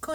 こ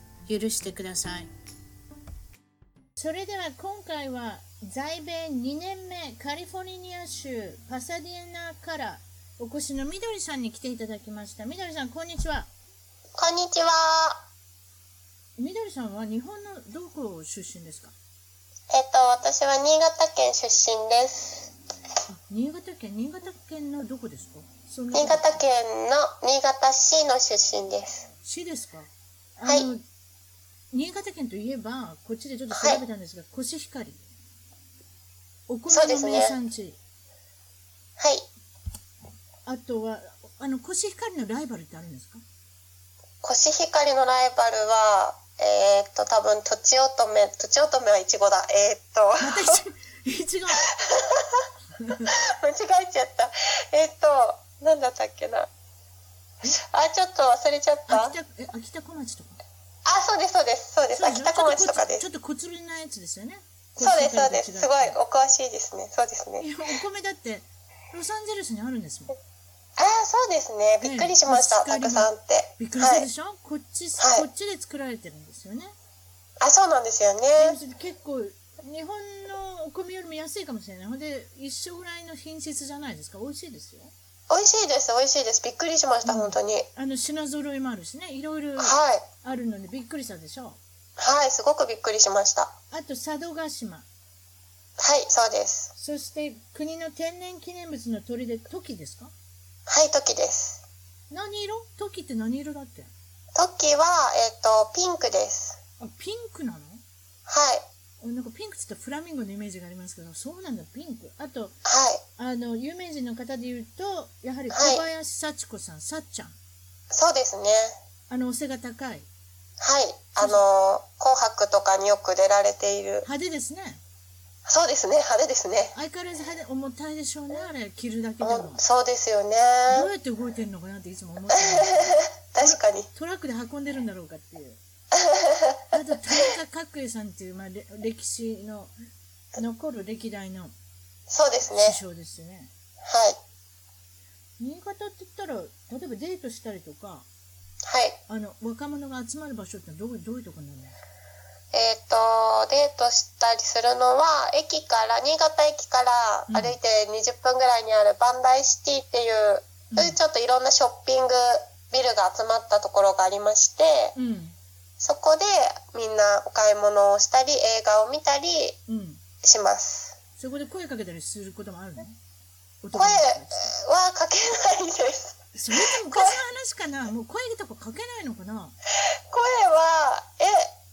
許してくださいそれでは今回は在米2年目カリフォルニア州パサディエナからお越しのみどりさんに来ていただきましたみどりさんこんにちはこんにちは。みどりさんは日本のどこ出身ですかえっと、私は新潟県出身です。あ新潟県新潟県のどこですかその新潟県の新潟市の出身です。市ですかあはいの新潟県といえばこっちでちょっと調べたんですが、コシヒカリお米そうでのすね名産地、はい。あとはあのコシヒカリのライバルってあるんです かコシヒカリのライバルは、えーっと、多分、とちおとめ、とちおとめはイチゴだ。えーっと、 また一緒一度間違えちゃった。えーっと、なんだったっけな。あ、ちょっと忘れちゃった。あ秋、田え秋田小町とかそうです、そうです、そうです。そうで秋しょ田小町とかでちすょ。っとこつちょっと小粒なやつですよねそうです、そうです。すごいい、お詳しいですね。そうですね。やお米だってロサンゼルスにあるんですもんああ、そうですね。びっくりしました。ねたくさんって。びっくりするはでい。しょ、こっち、はいこっちで作られてるんですよねあ、そうなんですよね。結構日本のお米よりも安いかもしれないほんで一緒ぐらいの品質じゃないですか美味しいですよ美味しいです美味しいですびっくりしました、本当にはいあの品揃いもあるしねいろいろあるのでびっくりしたでしょはいすごくびっくりしましたはあと佐渡島いそうですそして国の天然記念物の鳥でトキですかはいトキです何色トキって何色だっけトキはえっ、とピンクですあピンクなのはいあなんかピンクって言ったらフラミンゴのイメージがありますけどそうなんだピンクあとはいあの有名人の方で言うとやはり小林幸子さん、さっちゃんそうですねあのお背が高いはい あのー紅白とかによく出られている派手ですねそうですね派手ですね相変わらず派手重たいでしょうねあれ着るだけでももうそうですよねどうやって動いてるのかなっていつも思ってる 確かにトラックで運んでるんだろうかっていう あと田中角栄さんっていう、まあ、れ歴史の残る歴代のそうですね師匠ですよねはい新潟って言ったら例えばデートしたりとかはいあの若者が集まる場所ってどうどういうとこなんですかえっ、と、デートしたりするのは、駅から、新潟駅かうらん歩いて20分ぐらいにあるバンダイシティっていう、うんそういうちょっといろんなショッピングビルが集まったところがありまして、うんそこでみんなお買い物をしたり、映画を見たりうんします。そこで声かけたりすることもあるの男の子声たちはかけないです。それって昔の話かなもう声とかかけないのかな声は、え、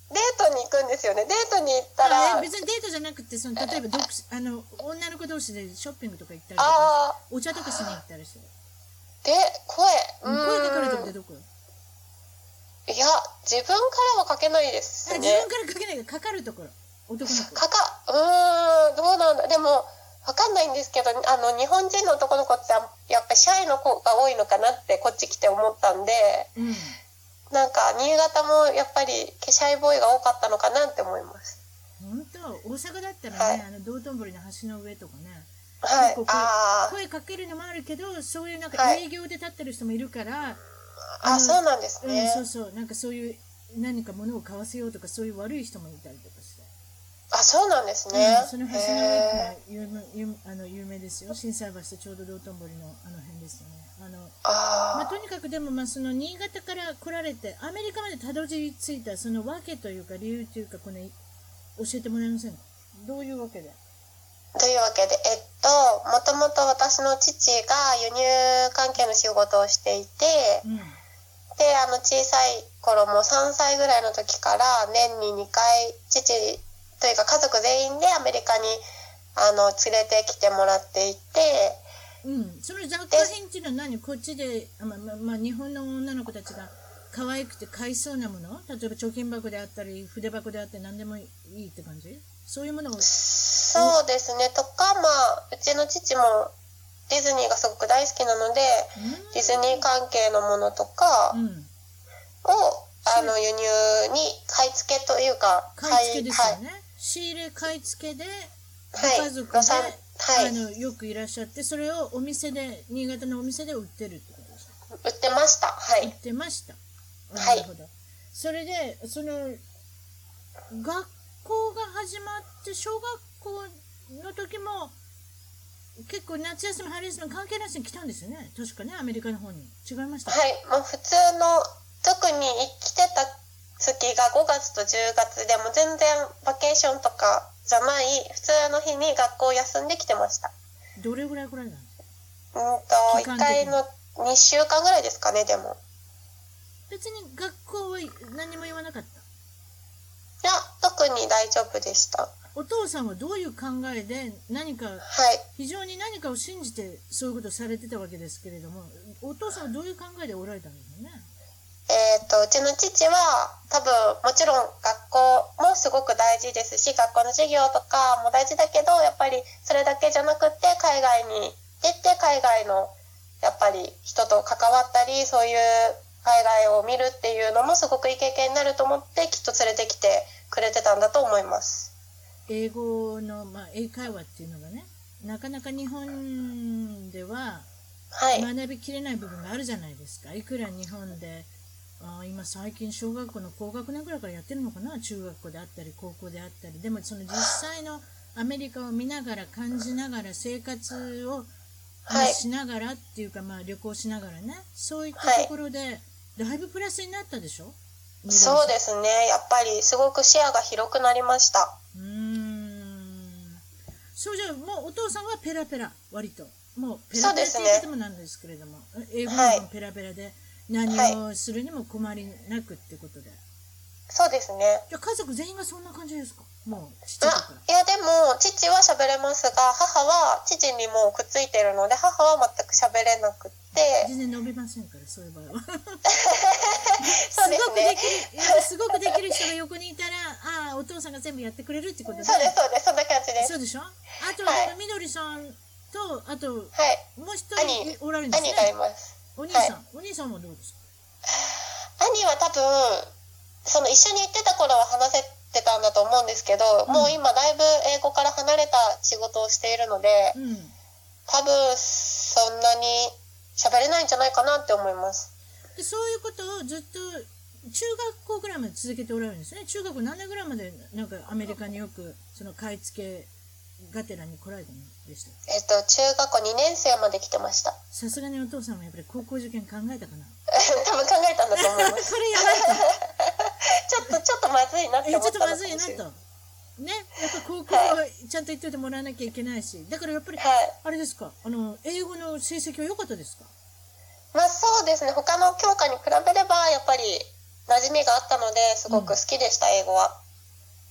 デートに行くんですよね。デートに行ったら、あえ別にデートじゃなくてその例えば独身あの女の子同士でショッピングとか行ったりとかああ、お茶とかしに行ったりしてで、声。う声んかかる時ってどこいや、自分からはかけないですあね。自分からかけないけどかかるところ男の子かかうーんどうなんだでもわかんないんですけどあの日本人の男の子ってやっぱシャイの子が多いのかなってこっち来て思ったんでうんなんか新潟もやっぱりシャイボーイが多かったのかなって思います本当大阪だったらね、はいあの道頓堀の橋の上とかねはい結構こうあー声かけるのもあるけどそういうなんかはい営業で立ってる人もいるから、あのあそうなんですうん、ねそうそうなんかそういう何か物を買わせようとかそういう悪い人もいたりとかして、あそうなんですねうん、その橋の上ってのはへー有名有名あの有名ですよ心斎橋とちょうど道頓堀のあの辺ですよねあのまあ、あとにかくでも、まあ、その新潟から来られてアメリカまでたどり着いたその訳というか理由というかこの教えてもらえませんかどういうわけでーというわけでえっともともと私の父が輸入関係の仕事をしていて、うんうんであの小さい頃も3歳ぐらいの時から年に2回父というか家族全員でアメリカにあの連れてきてもらっていてその雑貨品っていうのは何こっちで、あまあまあまあ、日本の女の子たちが可愛くて買いそうなもの例えば貯金箱であったり筆箱であって何でもいいって感じそういうものをそうですねとかまあうちの父もディズニーがすごく大好きなのでディズニー関係のものとかうを、んあの輸入に買い付けというか買い付けですはいよね仕入れ買い付けではいご家族で、ごさんはいあのよくいらっしゃってそれをお店で新潟のお店で売ってるってことですか売ってましたは売っいてました。はいなるほど。それで、その、学校が始まって、小学校の時も、結構夏休み、春休み関係なしに来たんですよね。確かね、アメリカの方に。違いました。はいもう普通の特に生きてた月が5月と10月でもう全然バケーションとかじゃない普通の日に学校休んできてましたどれぐらいくらいなんですかうんと期間1的に回の2週間ぐらいですかねでも別に学校は何も言わなかった。いや特に大丈夫でしたはお父さんはどういう考えで何かい非常に何かを信じてそういうことをされてたわけですけれどもお父さんはどういう考えでおられたんですかねえー、とうちの父は多分もちろん学校もすごく大事ですし学校の授業とかも大事だけどやっぱりそれだけじゃなくって海外に出て海外のやっぱり人と関わったりそういう海外を見るっていうのもすごくいい経験になると思ってきっと連れてきてくれてたんだと思います。英語の、まあ、英会話っていうのがねなかなか日本でははい、学びきれない部分があるじゃないですかいくら日本であー今最近小学校の高学年ぐらいからやってるのかな中学校であったり高校であったりでもその実際のアメリカを見ながら感じながら生活をまあはいしながらっていうか、まあ、旅行しながらねそういったはいところでだいぶプラスになったでしょそうですねやっぱりすごく視野が広くなりました。うーんそうじゃあもうお父さんはペラペラ割ともうペラペラってそうで言いすね方もなんですけれども、英語はいもペラペラで何をするにも困りなくってことで、そうですねじゃあ家族全員がそんな感じですかもうちっちゃい時からあいやでも父は喋れますが母は父にもうくっついてるので母は全く喋れなくって全然伸びませんからそういう 場合はすそうですごくでねきるいやすごくできる人が横にいたらああお父さんが全部やってくれるってことでそうですそうですそんな感じでそすうでしょあとはいあのみどりさんとあとはいもう一人おられるんです兄ねがいますお兄さん、お兄さんはどうですか兄は多分その一緒に行ってた頃は話せてたんだと思うんですけど、うんもう今だいぶ英語から離れた仕事をしているのでうん、多分そんなに喋れないんじゃないかなって思いますでそういうことをずっと中学校ぐらいまで続けておられるんですね中学校何年ぐらいまでなんかアメリカによくその買い付けがてらに来られたんでしたえっと中学校2年生まで来てました さすがにお父さんはやっぱり高校受験考えたかな多分考えたんだと思いこますれやばいとちょっとちょっとまずいなってえちょ思っっとたまのずかいもなしれない。とねやっぱ高校ははちゃんと行っといてもらわなきゃいけないしだからやっぱりはい。あれですかあの英語の成績は良かったですかまあそうですね。他の教科に比べればやっぱり馴染みがあったのですごく好きでした、英語は。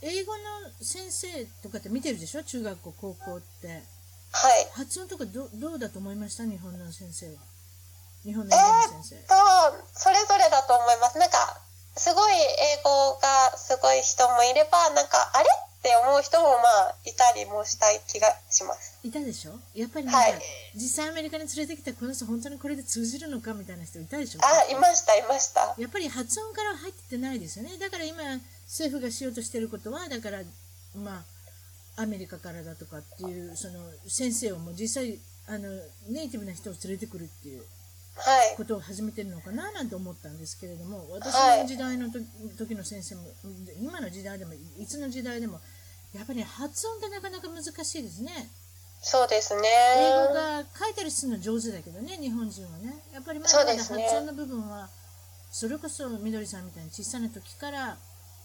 英語の先生とかって見てるでしょ中学校高校ってはい。発音とかどどうだと思いました日本の先生は日本のえ英ー語の先生、とそれぞれだと思います。なんかすごい英語がすごい人もいればなんかあれって思う人もまあいたりもしたい気がします。いたでしょやっぱりなんか、はい実際アメリカに連れてきたこの人本当にこれで通じるのかみたいな人いたでしょあいましたいました。やっぱり発音から入ってないですよねだから今政府がしようとしてることはだからまあアメリカからだとかっていうその先生をもう実際あのネイティブな人を連れてくるっていうはい。ことを始めてるのかななんて思ったんですけれども私はのい時代のと時の先生も今の時代でもいつの時代でもやっぱり発音ってなかなか難しいですねそうですね。英語が書いたりするの上手だけどね日本人はねやっぱりまだまだ発そうですね音の部分はそれこそみどりさんみたいに小さな時から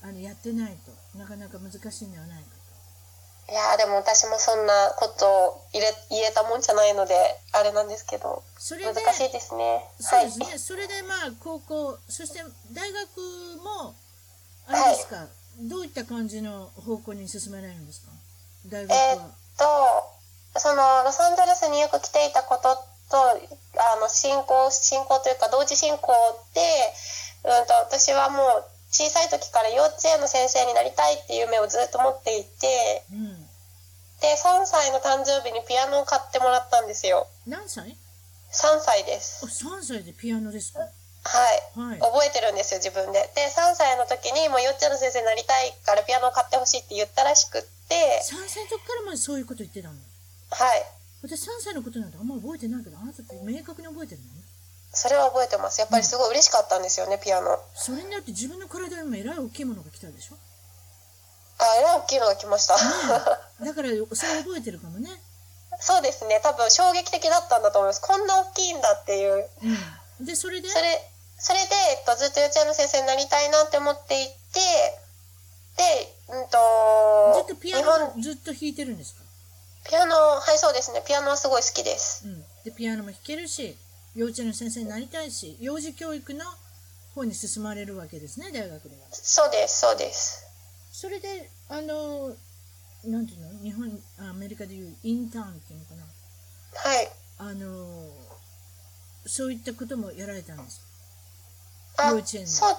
あのやってないとなかなか難しいんではないかいやーでも私もそんなことを入れ言えたもんじゃないのであれなんですけどとそれ難でしいですね。そうはいですね、それでまあ高校そして大学もあれですか、どういった感じの方向に進められるんですか大学えは、とそのロサンゼルスによく来ていたこととあの進行進行というか同時進行でうんと私はもう小さい時から幼稚園の先生になりたいっていう夢をずっと持っていてうん。で3歳の誕生日にピアノを買ってもらったんですよ何歳3歳であす ?3 歳でピアノですかはいはい。覚えてるんですよ自分でで3歳の時にもう幼稚園の先生になりたいからピアノを買ってほしいって言ったらしくって3歳の時からまでそういうこと言ってたのはい私3歳のことなんてあんま覚えてないけどあなたって明確に覚えてるのそれは覚えてますやっぱりすごい嬉しかったんですよねピアノあそれになって自分の体にもえらい大きいものが来たでしょえらい大きいのが来ましただからそれ覚えてるかもね そうですね多分衝撃的だったんだと思いますこんな大きいんだっていううんでそれでそれそれで、えっと、ずっと幼稚園の先生になりたいなって思っていてでうんずっととピ日ア本ノずっと弾いてるんですかピアノはいそうですねピアノはすごい好きですうんでピアノも弾けるし幼稚園の先生になりたいし幼児教育の方に進まれるわけですね大学ではそうですそうですそれであのなんていうの日本あアメリカでいうインターンっていうのかなはいあのそういったこともやられたんですかあ幼稚園のそう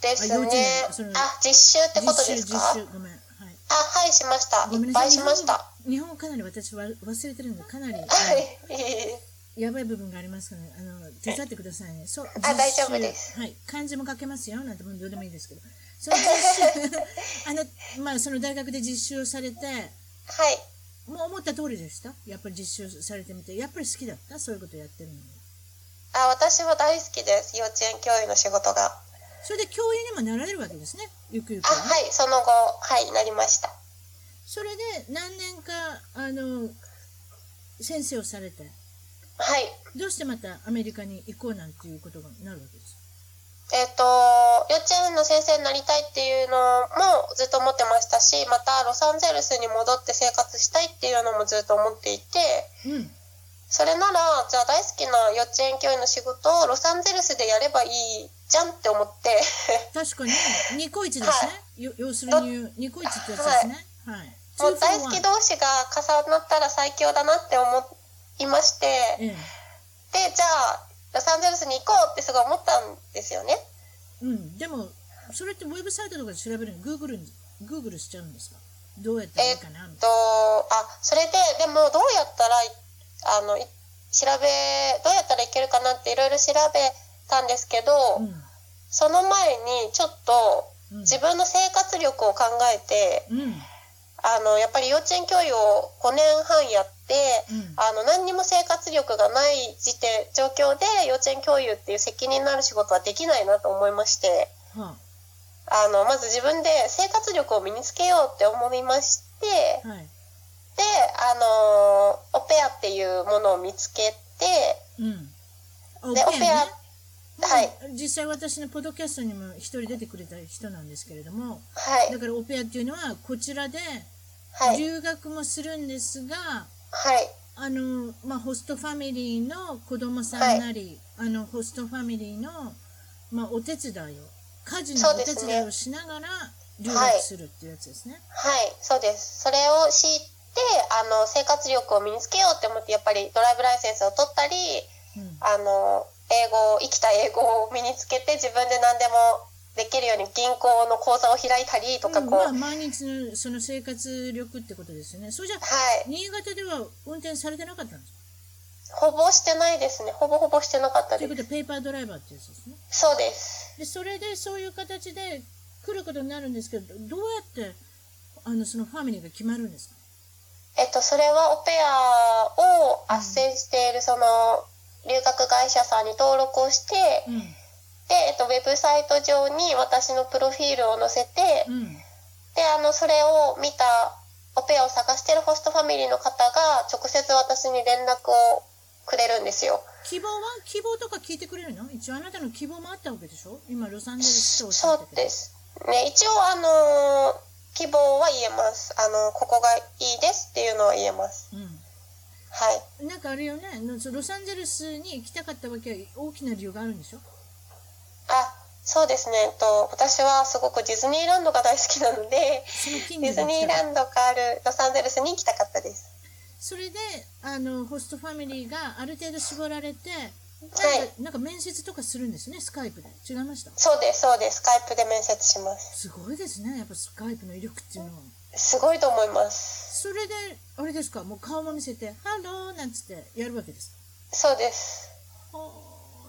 ですあ幼ね稚園それ。あ、実習ってこと実で習す実か。習ごめんはいあ、はい、しました。ごめいんっなぱさいしました。は日本語かなり私は忘れてるんでかなり、い。やばい部分がありますから、あの手伝ってくださいね。そうあ大丈夫です。はい、漢字も書けますよ。なんてもうどうでもいいですけど、そ の実習あのまあその大学で実習をされて、はい。もう思った通りでした。やっぱり実習されてみて、やっぱり好きだった。そういうことやってるのに。あ、私は大好きです。幼稚園教諭の仕事が。それで教員にもなられるわけですね。ゆくゆくあ、はね、はい、その後、はい、なりました。それで何年かあの先生をされて、はい。どうしてまたアメリカに行こうなんていうことになるわけです。えっ、と、幼稚園の先生になりたいっていうのもずっと思ってましたし、またロサンゼルスに戻って生活したいっていうのもずっと思っていて、うん。それなら、じゃあ大好きな幼稚園教諭の仕事をロサンゼルスでやればいいじゃんって思って、確かにニコイチですね、はよ要するに言うニコイチってやつですねはい、もう大好き同士が重なったら最強だなって思いましてでええじゃあロサンゼルスに行こうってすごい思ったんですよねうんでもそれってウェブサイトとかで調べるのグーグルグーグルしちゃうんですかどうやったらいいかなみたとあそれででもどうやったらあのい調べどうやったらいけるかなっていろいろ調べたんですけど、いなその前にちょっとうんうん自分の生活力を考えてうんうんあのやっぱり幼稚園教諭を5年半やってあの何にも生活力がない時点状況で幼稚園教諭っていう責任のある仕事はできないなと思いましてはあのまず自分で生活力を身につけようって思いましてあはいであのオペアっていうものを見つけてうんオでオペア、はういん実際私のポッドキャストにも一人出てくれた人なんですけれどもはいだからオペアっていうのはこちらではい留学もするんですが、はいあのまあ、ホストファミリーの子供さんなり、あのホストファミリーの、まあ、お手伝いを家事のお手そう伝いをでしながら留はい学するっていうやつですね。はいそうですそれを知ってあの生活力を身につけようって思ってやっぱりドライブライセンスを取ったりうんあの英語を生きた英語を身につけて自分で何でもできるように銀行の口座を開いたりとかうんこう、まはあ、い毎日のその生活力ってことですよね。それじゃあ新潟では運転されてなかったんですかほぼしてないですねほぼほぼしてなかっとたいでうことでペーパードライバーってやつですね。すそうですでそれでそういう形で来ることになるんですけどどうやってあのそのファミリーが決まるんですかえっとそれはオペアを斡旋しているその留学会社さんに登録をしてうんで、えっと、ウェブサイト上に私のプロフィールを載せてうんであのそれを見たオペアを探してるホストファミリーの方が直接私に連絡をくれるんですよ希望は希望とか聞いてくれるの一応あなたの希望もあったわけでしょ今ロサンゼルスとおっしゃそっうたけでどすね一応あのー希望は言えますあのここがいいですっていうのは言えますはいうん、なんかあれよねのそうロサンゼルスに行きたかったわけは大きな理由があるんでしょあそうですねえっと私はすごくディズニーランドが大好きなのでその近ディ所ズにニ来ーたからランドがあるロサンゼルスに行きたかったですそれであのホストファミリーがある程度絞られてはいなんか面接とかするんですね、スカイプで。違いました。そうです、そうです。スカイプで面接しますす。ごいですね、やっぱスカイプの威力っていうのは。すごいと思います。それで、あれですか、もう顔も見せて、ハローなんつってやるわけですか。そうです。ほ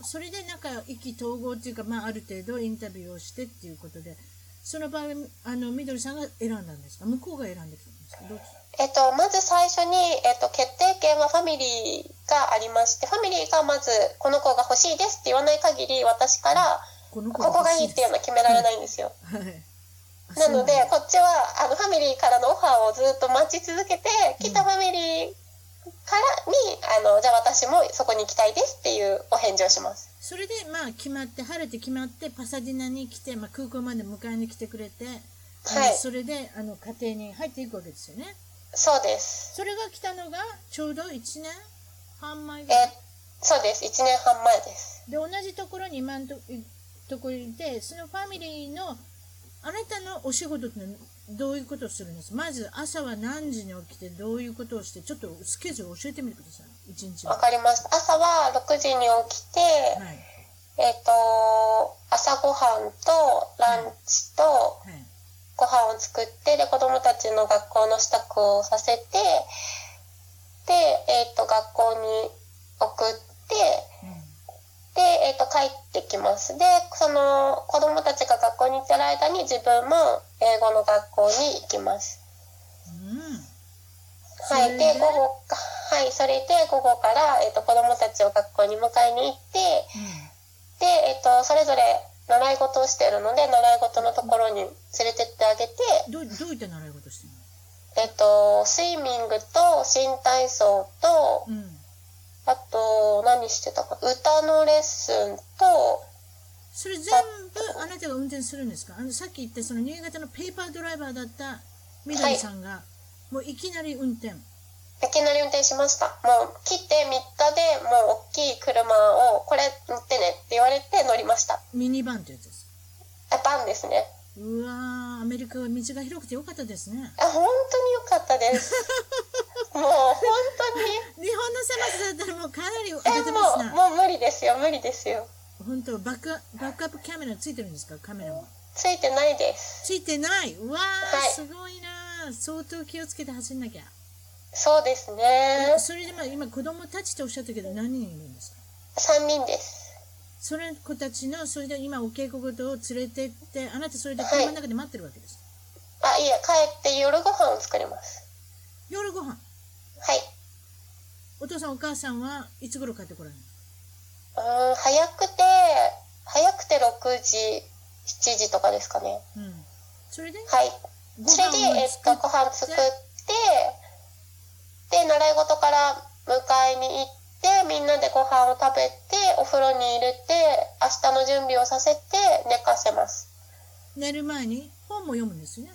ーそれでなんか意気投合っていうか、まあ、ある程度インタビューをしてっていうことで、その場合、あの、みどりさんが選んだんですか向こうが選んできたんですかどっちえっと、まず最初に、えっと、決定権はファミリーがありまして、ファミリーがまず、この子が欲しいですって言わない限り、私から、この子ここがいいっていうのは決められないんですよ。欲しいです。はい。あなのでそうなんだ、こっちは、あの、ファミリーからのオファーをずっと待ち続けて、来たファミリーからに、あの、じゃあ私もそこに行きたいですっていうお返事をします。それで、まあ、決まって、晴れて決まって、パサディナに来て、まあ、空港まで迎えに来てくれて、あのはいそれで、あの、家庭に入っていくわけですよね。そうです。それが来たのが、ちょうど1年半前ぐえらい。そうです。1年半前です。で同じところに今んととこにいてそのファミリーのあなたのお仕事ってのはどういうことをするんですまず朝は何時に起きてどういうことをしてちょっとスケジュール教えてみてください一日のわはかりました。朝は6時に起きて、いはいえっ、と、朝ごはんとランチとご飯を作って、で、子供たちの学校の支度をさせて、で、えっ、と、学校に送って、で、えっ、と、帰ってきます。で、その、子供たちが学校に行ってる間に自分も英語の学校に行きます。うん、うん、はそれでい、で午後かはいそれで午後から、えっと子どもたちを学校に迎えに行ってで、えっとそれぞれ習い事をしてるので習い事のところに連れてってあげて、うん、どうどういった習い事してるえっとスイミングと新体操との、うん、あと何してたか歌のレッスンとそれ全部あなたが運転するんですかあのさっき言ったその新潟のペーパードライバーだったみどりさんが、もういきなり運転いきなり運転しましたもう来て3日でもう大きい車をこれ乗ってねって言われて乗りましたミニバンというやつですあバンですねうわーアメリカは道が広くてよかったですねあ本当に良かっ たです。もう本当に。日本の狭さだったらもうかなりえ当ててますなもうもう無理ですよ無理ですよ。本当バックバックアップカメラついてるんですかカメラもついてないです。ついてないうわー、はいすごいなー相当気をつけて走んなきゃ、そうですね。それでまあ今子供たちっておっしゃったけど何人いるんですか三人です。その子たちのそれで今お稽古事を連れてってあなたそれで車の中で待ってるわけです、あいいや帰って夜ご飯を作ります。夜ご飯はい。お父さんお母さんはいつ頃帰ってこられるのうーん早くて早くて六時七時とかですかね。うんそれではい。ごそれでえっ作とっご飯作ってで習い事から迎えに行ってみんなでご飯を食べてお風呂に入れて明日の準備をさせて寝かせます寝る前に本も読むんですよね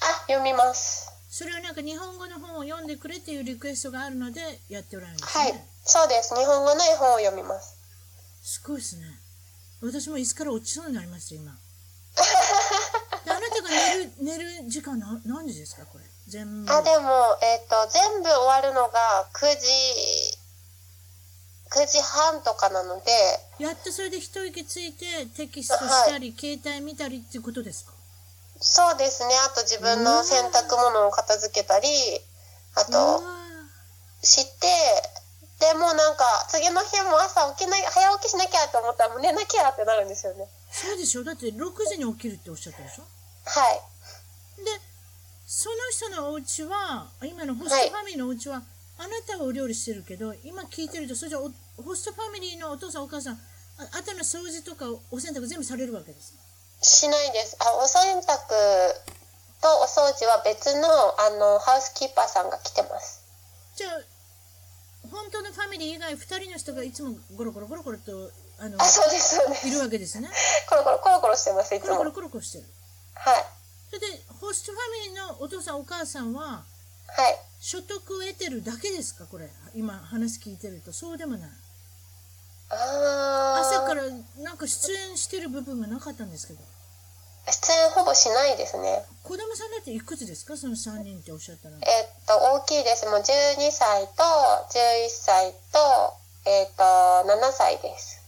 あ読みますそれをなんか日本語の本を読んでくれっていうリクエストがあるのでやっておられるんですね、はいそうです日本語の絵本を読みますすごいですね私も椅子から落ちそうになりま した今であなたが寝る寝る時間な何時ですかこれ全部あでもえっ、と全部終わるのが9時9時半とかなのでやっとそれで一息ついてテキストしたり、携帯見たりっていうことですかそうですねあと自分の洗濯物を片付けたりあうわとしてでもうなんか次の日も朝起きない早起きしなきゃと思ったらもう寝なきゃってなるんですよねーそうでしょだって6時に起きるっておっしゃったでしょはいでその人のお家は今のホストファミリーのお家は、あなたはお料理してるけど今聞いてるとそれじゃおホストファミリーのお父さんお母さんああとの掃除とかお洗濯全部されるわけですしないですあお洗濯とお掃除は別のあのハウスキーパーさんが来てますじゃあ本当のファミリー以外2人の人がいつもゴロゴロゴロゴロとあのあそうですそうですいるわけですねコロコロコロコロしてますいつコロもコはいロコロコロしてるはいそれでホストファミリーのお父さんお母さんは所得を得てるだけですかこれ今話聞いてるとそうでもないあー朝からなんか出演してる部分がなかったんですけど出演ほぼしないですね子供さんだっていくつですかその3人っておっしゃったらえっと大きいですもう12歳と11歳とえっ、と、7歳です。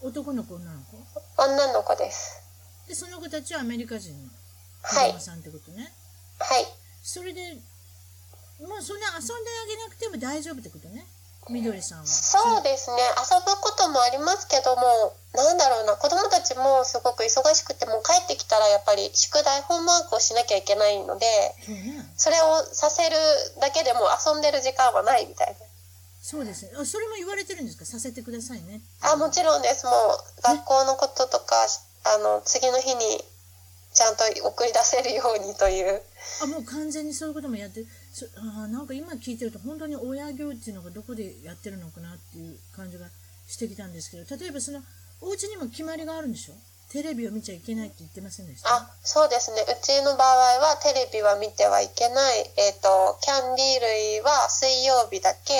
男の子女の子女の子です。でその子たちはアメリカ人のは子い供。さんってことね、はい。それでまあそんな遊んであげなくても大丈夫ってことねみどりさんはそうですね。遊ぶこともありますけども、なんだろうな、子供たちもすごく忙しくて、もう帰ってきたらやっぱり宿題、ホームワークをしなきゃいけないので、そうねそれをさせるだけでも遊んでる時間はないみたいそうですねあそれも言われてるんですかさせてくださいねな。あ、もちろんです。もう学校のこととか、あの、次の日にちゃんと送り出せるようにという。あもう完全にそういうこともやってそあーなんか今聞いてると本当に親行っていうのがどこでやってるのかなっていう感じがしてきたんですけど例えばそのお家にも決まりがあるんでしょテレビを見ちゃいけないって言ってませんでしたあ、そうですね。うちの場合はテレビは見てはいけない。えっ、と、キャンディー類は水曜日だけ。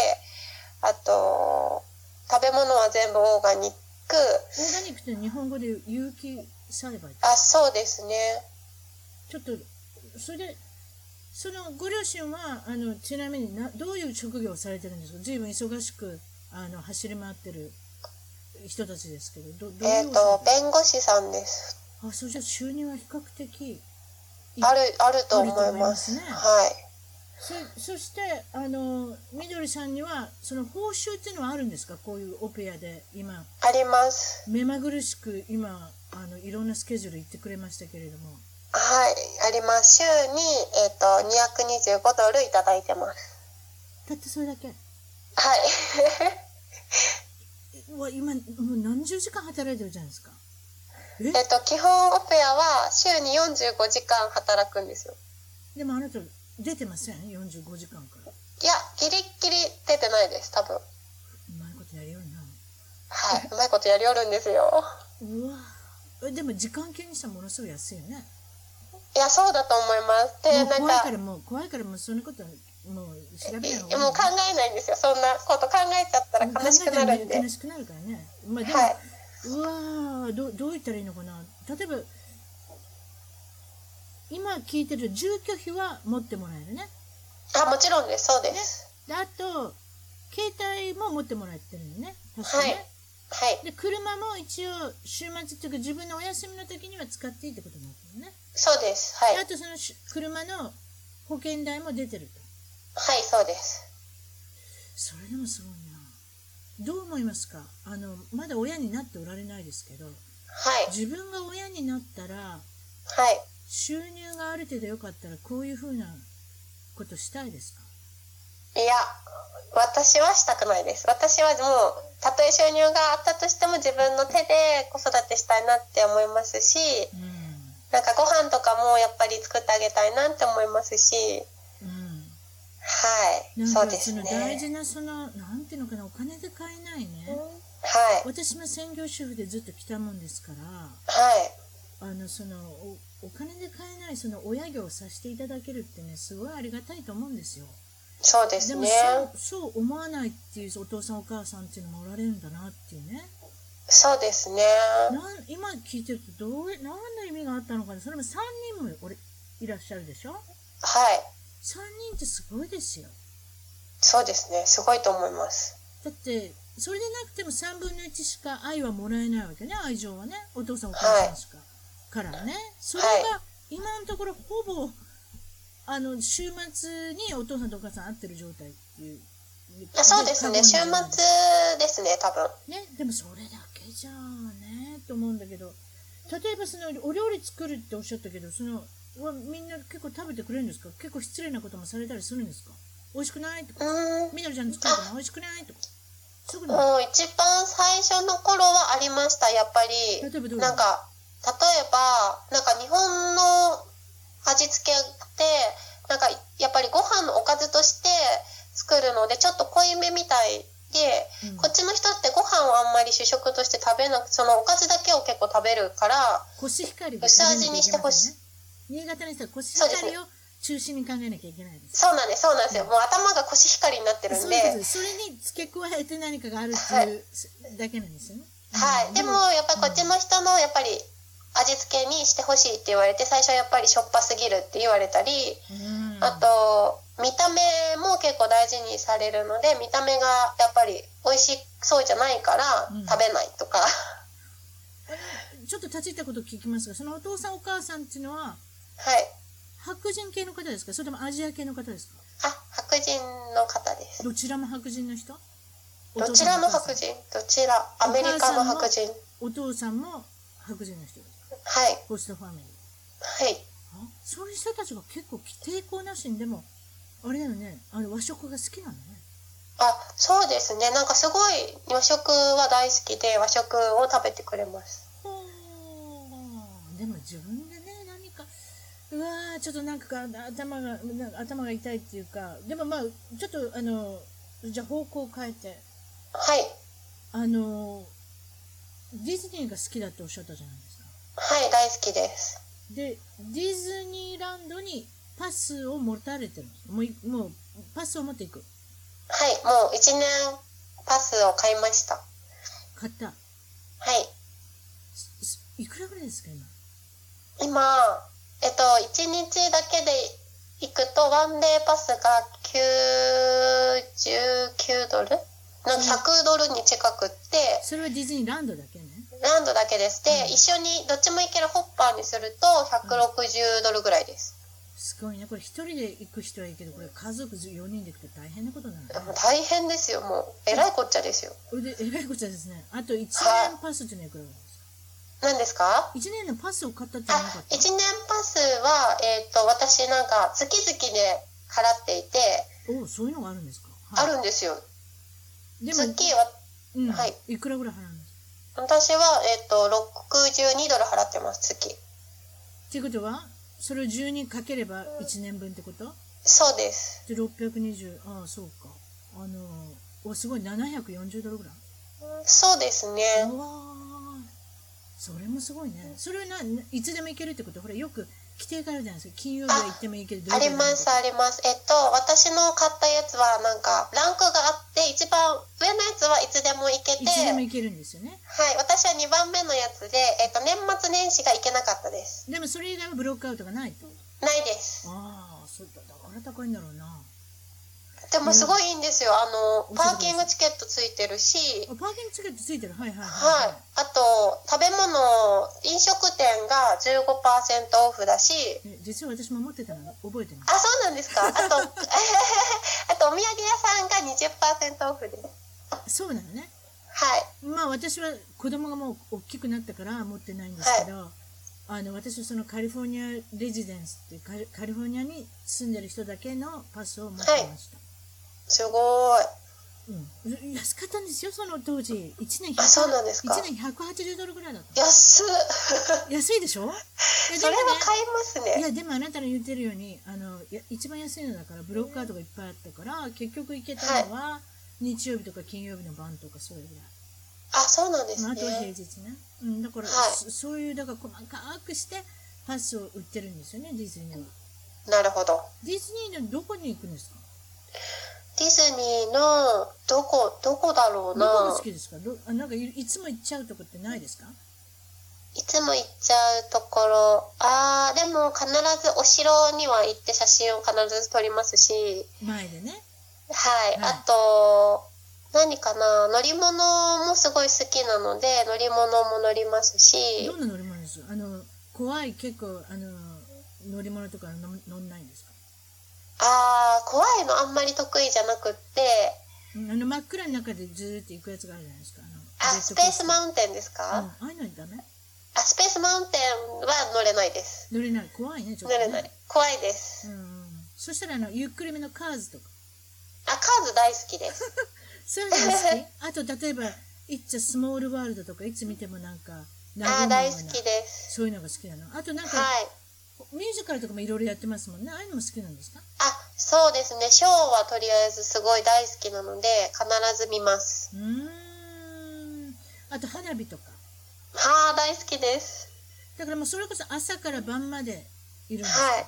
あと、食べ物は全部オーガオニック。ーガニックって日本語で言う有機栽培あ、そうですね。ちょっとそれでそのご両親はあのちなみになどういう職業をされてるんですか随分忙しくあの走り回ってる人たちですけどどどういえっ、うお仕と事、弁護士さんです。あそうじゃあ収入は比較的いある、あると思います。あると思いますねはい。そそしてあのみどりさんにはその報酬っていうのはあるんですかこういうオペアで今あります。目まぐるしく今あのいろんなスケジュール言ってくれましたけれどもはい、あります。週に、えっ、と、225ドルいただいてます。たったそれだけ はい。えうわ今もう何十時間働いてるじゃないですかええっ、と、基本オペアは週に45時間働くんですよ。でもあなた出てません45時間からいや、ギリッギリ出てないです、多分。うまいことやるようはい。うまいことやりおるんですよ。になうわえでも時間計にしたらものすごい安いよねいや、そうだと思います。で、もう怖なんいか、からもう怖いからもうそんなことはもう調べないい方がいいもう考えないんですよ。そんなこと考えちゃったら考悲しくなるんで。悲しくなるからね。まあでも、はいうわーどどう言ったらいいのかな。例えば今聞いてる住居費は持ってもらえるね。あ、もちろんです、そうです。であと携帯も持ってもらってるのね。確かはね。い。はい。で車も一応週末っていうか自分のお休みの時には使っていいってことになってるね。そうです。はい。ではあとそのし車の保険代も出てると。い、そうです。それでもすごいな。どう思いますか。あのまだ親になっておられないですけど。はい。自分が親になったらはい。収入がある程度良かったらこういうふうなことしたいですかいや、私はしたくないです。私はもう、たとえ収入があったとしても自分の手で子育てしたいなって思いますし、うん、なんかご飯とかもやっぱり作ってあげたいなって思いますし、うはい、ん、そなんうかでそすのね。大事なそのなんていうのかなお金で買えないねはい、私も専業主婦でずっと来たもんですからはい、あのそのおお金で買えないその親業をさせていただけるってねすごいありがたいと思うんですよそうですでもね。そうそう思わないっていうお父さんお母さんっていうのもおられるんだなっていうねそうですね。なん今聞いてるとどう何の意味があったのかなそれも3人もおれいらっしゃるでしょはい、 3人ってすごいですよそうですね。すごいと思います。だってそれでなくても3分の1しか愛はもらえないわけね愛情はねお父さんお母さんしか、からねそれが今のところほぼあの週末にお父さんとお母さん会ってる状態っていうあそうですね。過週言じ末ゃないですね、多分。ね、でもそれだけじゃねと思うんだけど例えばそのお料理作るっておっしゃったけどそのうわみんな結構食べてくれるんですか結構失礼なこともされたりするんですか美味しくないとかうん。みどりちゃんの作るの美味しくないとかそういうこともう一番最初の頃はありました、やっぱり。例えばどういうのなんか、例えば、なんか日本の味付けって、なんかやっぱりご飯のおかずとして作るので、ちょっと濃いめみたいうで、んこっちの人ってご飯をあんまり主食として食べなくそのおかずだけを結構食べるから、コシヒカリで薄味にしてほしい食べなきゃいけませんね新潟の人はコシヒカリを中心に考えなきゃいけないですそうなんです、そうなんですよ。もう頭がコシヒカリになってるそんういうことでで。すそれに付け加えて何かがあるっていうだけなんですよねはい。でも、やっぱりこっちの人の、やっぱり、味付けにしてほしいって言われて、最初はやっぱりしょっぱすぎるって言われたり、うんうんあと見た目も結構大事にされるので見た目がやっぱり美味しそうじゃないからうん食べないとか、 ちょっと立ち入ったこと聞きますがそのお父さんお母さんっていうのははい白人系の方ですかそれともアジア系の方ですかあ白人の方ですどちらも白人の人どちらも白人どちらアメリカの白人お父さんも白人の人ですはいホストファミリーはいあそういう人たちが結構抵抗なしにでもあれだよねあれ和食が好きなのねあそうですねなんかすごい洋食は大好きで和食を食べてくれますほーでも自分でね何かうわーちょっとなんか頭がなんか頭が痛いっていうかでもまあちょっとあのじゃあ方向を変えてはいあのディズニーが好きだっておっしゃったじゃないですかはい大好きですでディズニーランドにパスを持たれてるんですもういもうパスを持っていくはいもう1年パスを買いましたは買ったいすすいくらぐらいですか今今えっと1日だけで行くとワンデーパスが99ドルなんか100ドルに近くって、それはディズニーランドだけねランドだけです。で、うん一緒にどっちも行けるホッパーにすると160ドルぐらいです。すごいねこれ一人で行く人はいいけどこれ家族4人で行くと大変なことになるねもう大変ですよ、もう。えらいこっちゃですよ。これでえらいことですねあと1年パスっていうのはいくらぐらいですか何ですか1年のパスを買ったって言あわなかっ、 1た年パスは、えっ、と、私なんか月々で払っていて、おおそういうのがあるんですか、あいるんですよ。でも、月は、うんはいい、くらぐらい払うんですか私は、えっ、と、62ドル払ってます、月。っていうことはそれを12かければ1年分ってことそうです。で620ああそうかあのおすごい740ドルぐらいそうですね。うわーそれもすごいねそれはないつでも行けるってことほらよく規定があるじゃないですか金曜日は行ってもいいけるありますあります。えっと、私の買ったやつはなんか、ランクがあって、一番上のやつはいつでも行けて、いつでも行けるんですよねはい、私は2番目のやつで、えっと、年末年始が行けなかったです。でもそれ以外はブロックアウトがないとないです。ああそうだだから高いんだろうなでもすごいいいんですよ。あうんの、パーキングチケットついてるしあ、パーキングチケットついてるはいはいはい。あと、食べ物、飲食店が15%オフだし、え実は私も持ってたの覚えてまあ、そうなんですか。あと、あ と、お土産屋さんが20%オフです。すそうなのねはい。まあ私は子供がもう大きくなったから持ってないんですけど、あの私はそのカリフォルニアレジデンスっていうカリカリフォルニアに住んでる人だけのパスを持ってました、すごい。うん、安かったんですよその当時1年あそうなんですか1年180ドルぐらいだっ安った安いでしょいやそれは買いますいねやでもあなたの言ってるようにあのや一番安いのだからブロックアウトがいっぱいあったから結局行けたのは日曜日とか金曜日の晩とかそういうぐらいあそうなんですまあ、あとは平ね日ね、うん、だから、はいそそういうだから細かくしてパスを売ってるんですよねディズニーはなるほどディズニーのどこに行くんですかディズニーのどこどこだろうどこがな好きですかどあなんかいいつも行っちゃうとこってないですかいつも行っちゃうところあーでも必ずお城には行って写真を必ず撮りますし前でねはい、はいあと何かな乗り物もすごい好きなので乗り物も乗りますしどんな乗り物ですあの怖い結構あの乗り物とかの乗んないんですかあー怖いのあんまり得意じゃなくってうんあの真っ暗の中でずーっと行くやつがあるじゃないですかああのスペースンマウンテンですか、あああいうのにダメあスペースマウンテンは乗れないです。乗れない怖いねちょ乗っと、ね、れない。怖いです。うんうんそしたらあのゆっくりめのカーズとかあ、カーズ大好きです。そういうの好 きあと例えば「It's a small world」とかいつ見てもなんかあ和ー、む大よう好なきです。そういうのが好きなのあとなんか、はい。ミュージカルとかもいろいろやってますもんねああいうのも好きなんですかあ、そうですね。ショーはとりあえずすごい大好きなので、必ず見ます。うーんあと花火とかはー、大好きです。だからもうそれこそ朝から晩までいるんですか、はい。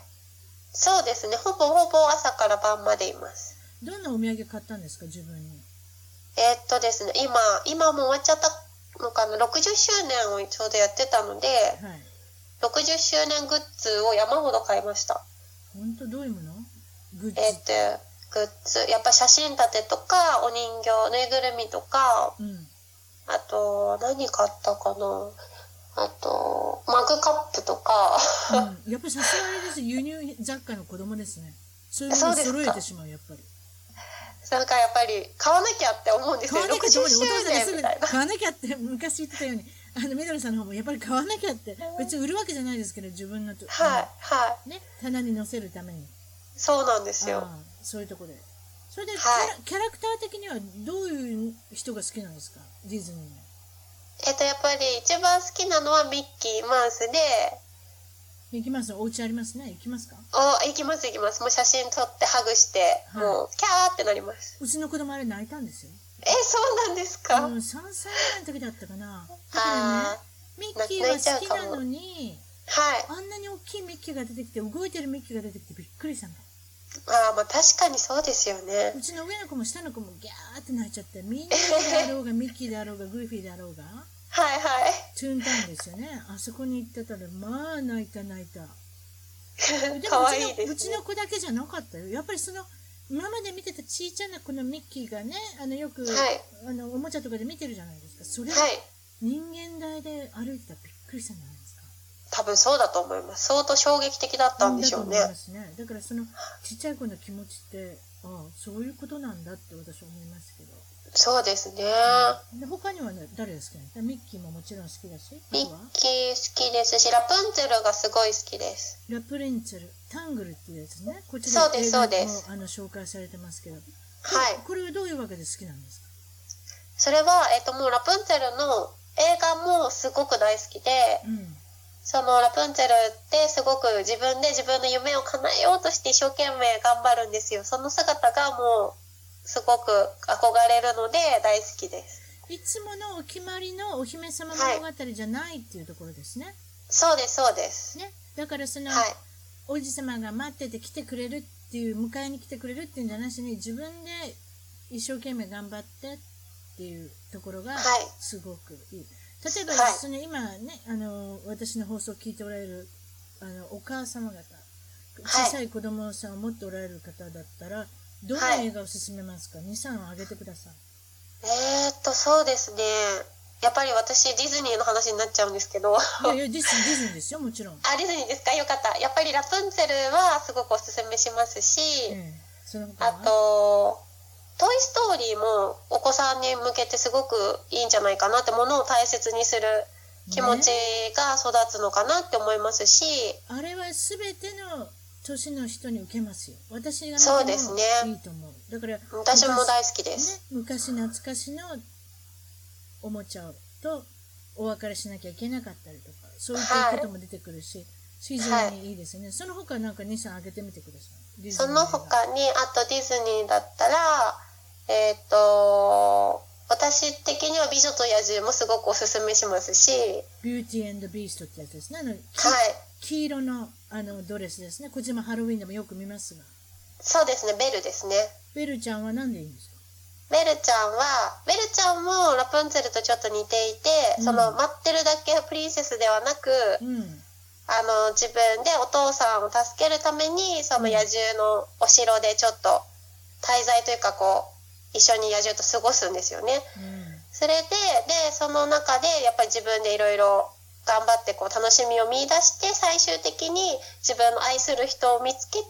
そうですね。ほぼほぼ朝から晩までいます。どんなお土産買ったんですか自分にえーっとですね、今、今もう終わっちゃったのかな。60周年をちょうどやってたので、はい60周年グッズを山ほど買いました。本当どういうものグッズえっ、と、グッズ、やっぱ写真立てとか、お人形、ぬいぐるみとか、 うんあと、何買ったかなあと、マグカップとか、うん、やっぱりさすがにです輸入雑貨の子供ですねそういうものを揃えてしまうやっぱりなんかやっぱり買わなきゃって思うんです買よ。わ60なきゃって思うよお父さんが周す年ぐみたいな。買わなきゃって昔言ってたようにあの緑さんの方もやっぱり買わなきゃって別に売るわけじゃないですけど自分のと、はい、はい。あのね棚に載せるためにそうなんですよ。ああそういうとこでそれで、はいキャラキャラクター的にはどういう人が好きなんですかディズニーのえっと、やっぱり一番好きなのはミッキーマウスで、行きますお家ありますね行きますかお、行きます行きます。もう写真撮ってハグして、はいもう、キャーってなります。うちの子供あれ泣いたんですよえ、そうなんですか、うん、3歳ぐらいの時だったかなだからねあミッキーは好きなのにーはい。あんなに大きいミッキーが出てきて動いてるミッキーが出てきてびっくりしたんだああ、まあ確かにそうですよね。うちの上の子も下の子もギャーって泣いちゃってみんなであろうがミッキーであろうがグーフィーであろうがはいはい。トゥーンタウンですよねあそこに行ってたらまあ泣いた泣いたでも可う愛いちでのうすちねの。子だけじゃなかったよやっぱりその今まで見てたちいちゃなこのミッキーがねあのよく、はいあのおもちゃとかで見てるじゃないですかそれ、はい。人間台で歩いてたらびっくりしたんじゃないですか多分そうだと思います。相当衝撃的だったんでしょうね。だと思いますねだからそのちっちゃい子の気持ちってああそういうことなんだって私は思いますけどそうですね。で他には、ね、誰が好きなんですかミッキーももちろん好きだしあとミッはキー好きですし、ラプンツェルがすごい好きです。ラプリンツェルタングルっていうやつねこちそらうです映画そうですもあの紹介されてますけどはい。これはどういうわけで好きなんですかそれは、えっ、と、もうラプンツェルの映画もすごく大好きで、うんそのラプンツェルってすごく自分で自分の夢を叶えようとして一生懸命頑張るんですよ。その姿がもうすごく憧れるので大好きです。いつものお決まりのお姫様物語じゃないっていうところですね。そうです、そうです。ねだからその、はい。王子様が待ってて来てくれるっていう迎えに来てくれるっていうんじゃなしに自分で一生懸命頑張ってっていうところがはいすごくいい。例えば、はいその今ねあの私の放送を聞いておられるあのお母様方小さい子供さんを持っておられる方だったら、どんな映画を勧めますか、23を挙げてください。 えー、っと、そうですね。やっぱり私ディズニーの話になっちゃうんですけど。いやいやディズニーディズニーですよもちろん。あ、ディズニーですかよかった。やっぱりラプンツェルはすごくおすすめしますし、ええその他あはと、トイストーリーもお子さんに向けてすごくいいんじゃないかなって、ものを大切にする気持ちねが育つのかなって思いますし、あれはすべての年の人に受けますよ。私がそう見でてすもねいいと思う。だから私も大好きでねす。昔懐かしのおもちゃとお別れしなきゃいけなかったりとか、そういったことも出てくるし、非常にいいですよね。その他なんか西さんあげてみてください。その他に、あとディズニーだったら、えっ、と、私的には美女と野獣もすごくおすすめしますし、ビューティービーストってやつですね。あのきはい。黄色のあのドレスですね。こっちもハロウィンでもよく見ますが。そうですね、ベルですね。ベルちゃんは何でいいんですかベルちゃんは、ベルちゃんもラプンツェルとちょっと似ていて、うんその待ってるだけプリンセスではなく、うん。あの自分でお父さんを助けるためにその野獣のお城でちょっと滞在というかこう一緒に野獣と過ごすんですよね。うんそれででその中でやっぱり自分でいろいろ頑張ってこう楽しみを見出して最終的に自分の愛する人を見つけて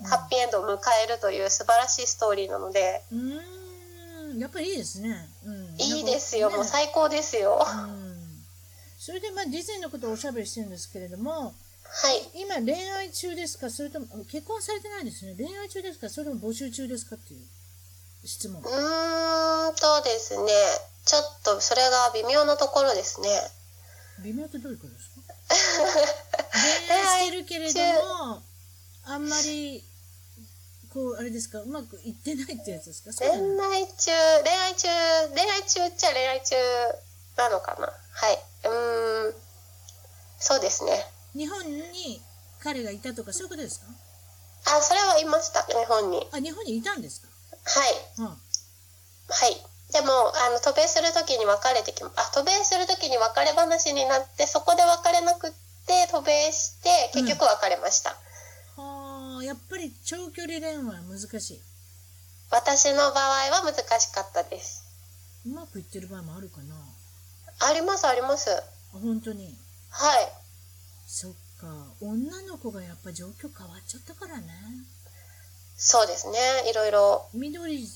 うんハッピーエンドを迎えるという素晴らしいストーリーなのでうーんやっぱりいいですね。うん、いいですよ、なんもうかね最高ですよ。はうん、それでまあディズニーのことをおしゃべりしてるんですけれども、い今恋愛中ですか、それとも結婚されてないですね。恋愛中ですか、それとも募集中ですかっていう質問う。ーんとですねちょっとそれが微妙なところですね。微妙ってどういうことですか？恋愛してるけれども、あんまりこうあれですか、うまくいってないってやつですか？そう恋なの愛中、恋愛中、恋愛中っちゃ恋愛中なのかな。はい。うーん。そうですね。日本に彼がいたとかそういうことですか？あ、それは言いました。日本に。はい。あ、日本にいたんですか？うんはい。でも、あの、渡米するときに別れてきま、あ、渡米するときに別れ話になって、そこで別れなくって、渡米して、結局別れました。はあ、やっぱり長距離恋愛は難し私の場合は難しかったですい。うまくいってる場合もあるかな。あありますあります本当に。はいそっか。女の子がやっぱ状況変わっちゃったからね。そうですねいろいろみどり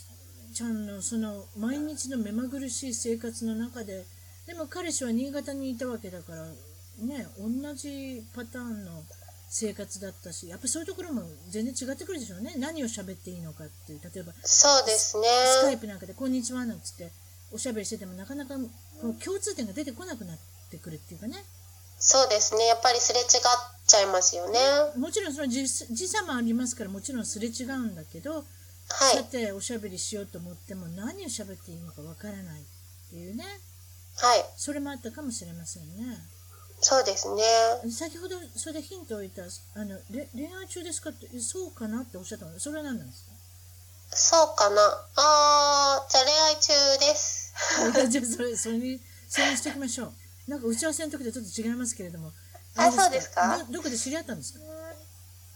ちゃんのその毎日の目まぐるしい生活の中で、でも彼氏は新潟にいたわけだから、ね、同じパターンの生活だったし、やっぱそういうところも全然違ってくるでしょうね。何を喋っていいのかっていう、例えばそうですねスカイプなんかで「こんにちは」なんつっておしゃべりしててもなかなかこう共通点が出てこなくなってくるっていうかねそうですねやっぱりすれ違っちゃいますよねはもちろんその時時差もありますからもちろんすれ違うんだけど、いさておしゃべりしようと思っても何をしゃべっていいのかわからないっていうねはいそれもあったかもしれませんねそうですね先ほどそれでヒントを言ったあのれ恋愛中ですかってえそうかなっておっしゃったのそれは何なんですかそうかなあーじゃあ恋愛中です じゃあそれそれにそれにしておきましょうなんか打ち合わせの時とちょっと違いますけれどもあれそうですかどどこで知り合ったんですか